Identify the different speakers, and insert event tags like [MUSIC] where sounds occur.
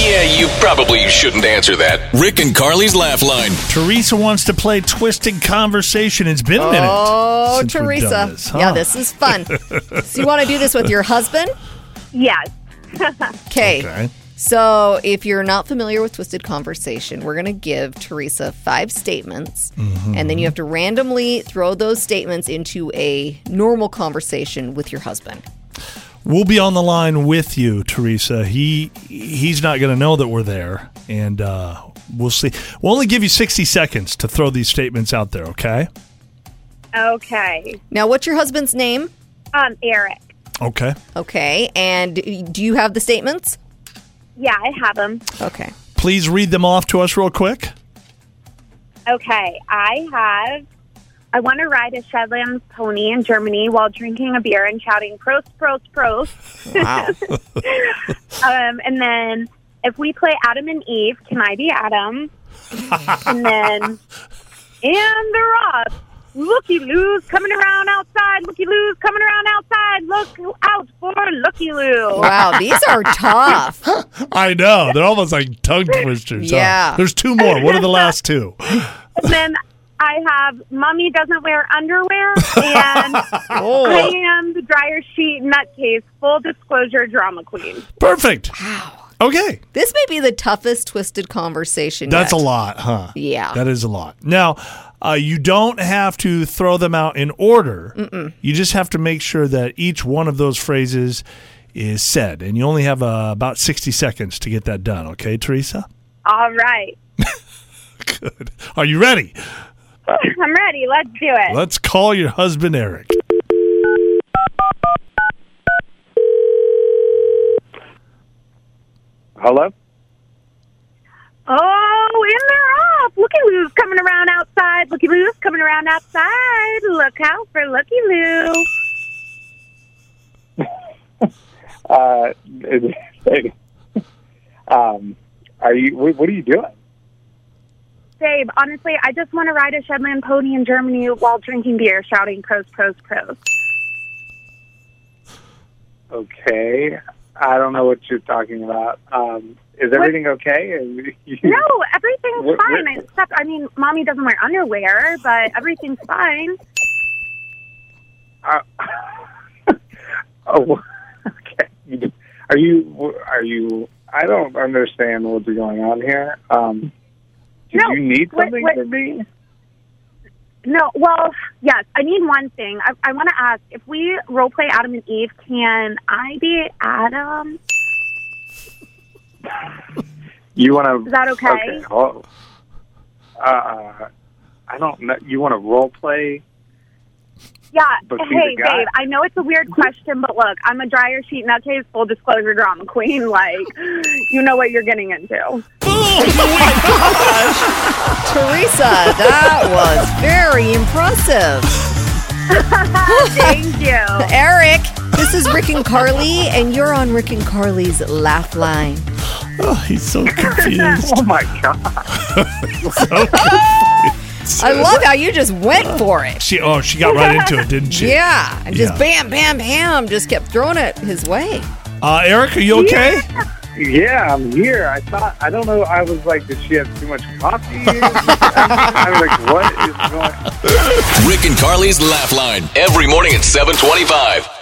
Speaker 1: Yeah, you probably shouldn't answer that. Rick and Carly's Laugh Line.
Speaker 2: Teresa wants to play Twisted Conversation. It's been a minute.
Speaker 3: Oh,
Speaker 2: since we've done
Speaker 3: Teresa.
Speaker 2: this, huh?
Speaker 3: Yeah, this is
Speaker 2: [LAUGHS]
Speaker 3: fun. so you want to do this with your husband?
Speaker 4: Yes.
Speaker 3: Okay.
Speaker 2: Okay.
Speaker 3: So if you're not familiar with Twisted Conversation, we're going to give Teresa five statements,
Speaker 2: Mm-hmm.
Speaker 3: and then you have to randomly throw those statements into a normal conversation with your husband.
Speaker 2: We'll be on the line with you, Teresa. He he's not going to know that we're there, and uh, we'll see. We'll only give you sixty seconds to throw these statements out there. Okay.
Speaker 4: Okay.
Speaker 3: Now, what's your husband's name?
Speaker 4: Um, Eric.
Speaker 2: Okay.
Speaker 3: Okay. And do you have the statements?
Speaker 4: Yeah, I have him.
Speaker 3: Okay.
Speaker 2: Please read them off to us real quick.
Speaker 4: Okay. I have. I want to ride a Shetland pony in Germany while drinking a beer and shouting "Prost, Prost, Prost!"
Speaker 3: Wow.
Speaker 4: [LAUGHS] Um, and then, if we play Adam and Eve, can I be Adam? and then, and the Ross. Looky Lou's coming around outside. Looky Lou's coming around outside. Look out for Looky Lou.
Speaker 3: wow. These
Speaker 2: [LAUGHS]
Speaker 3: are tough.
Speaker 2: I know they're almost like
Speaker 3: [LAUGHS]
Speaker 2: tongue twisters. huh?
Speaker 3: Yeah.
Speaker 2: There's two more. What are the last
Speaker 3: [LAUGHS]
Speaker 2: two?
Speaker 4: And then I have mommy doesn't wear underwear, and I am the dryer sheet nutcase. Full disclosure, drama queen.
Speaker 2: Perfect. Okay.
Speaker 3: This may be the toughest Twisted Conversation.
Speaker 2: That's a
Speaker 3: yet.
Speaker 2: lot, huh?
Speaker 3: Yeah.
Speaker 2: That is a lot. Now, uh, you don't have to throw them out in order. You just have to make sure that each one of those phrases is said. And you only have uh, about 60 seconds to get that done. Okay, Teresa? [LAUGHS]
Speaker 4: All right, [CLEARS THROAT]
Speaker 2: Good. Are you ready?
Speaker 4: I'm ready. Let's do it.
Speaker 2: Let's call your husband, Eric.
Speaker 5: Hello?
Speaker 4: Oh, and they're off. Looky Lou's coming around outside. Looky Lou's coming around outside. Look out for Looky Lou.
Speaker 5: Uh, [LAUGHS] um, are you? What, what are you doing?
Speaker 4: Babe, honestly, I just want to ride a Shetland pony in Germany while drinking beer, shouting "Prost, Prost, Prost."
Speaker 5: Okay, I don't know what you're talking about. Um, is everything okay? [LAUGHS] Is- you-
Speaker 4: No, everything's
Speaker 5: Wh- wh-
Speaker 4: fine. Except, I mean, mommy doesn't wear underwear, but everything's fine.
Speaker 5: uh, [LAUGHS] Oh, okay. You- Are you? Are you? I don't understand what's going on here. Um, do
Speaker 4: No,
Speaker 5: you need
Speaker 4: what-
Speaker 5: something
Speaker 4: what-
Speaker 5: from me?
Speaker 4: No, well, yes, I need one thing. I, I want to ask if we role play Adam and Eve, can I be Adam?
Speaker 5: You want to?
Speaker 4: Is that okay?
Speaker 5: Okay. Well, uh, I don't know. You want to role play?
Speaker 4: Yeah.
Speaker 5: But she's
Speaker 4: hey,
Speaker 5: a guy.
Speaker 4: babe, I know it's a weird question, but look, I'm a dryer sheet nutcase, full disclosure drama queen. Like, you know what you're getting into.
Speaker 3: Teresa, that was very impressive.
Speaker 4: Thank you.
Speaker 3: Eric, this is Rick and Carly, and you're on Rick and Carly's Laugh Line.
Speaker 2: Oh, he's so confused.
Speaker 5: [LAUGHS] Oh my god!
Speaker 3: I love how you just went for it.
Speaker 2: she, oh, she got right into it, didn't she?
Speaker 3: Yeah, and just
Speaker 2: Yeah.
Speaker 3: bam, bam, bam, just kept throwing it his way.
Speaker 2: Uh, Eric, are you okay?
Speaker 5: Yeah, I'm here. I thought I don't know. I was like, did she have too much coffee? I was like, what is going?
Speaker 1: Rick and Carly's Laugh Line. Every morning at 725.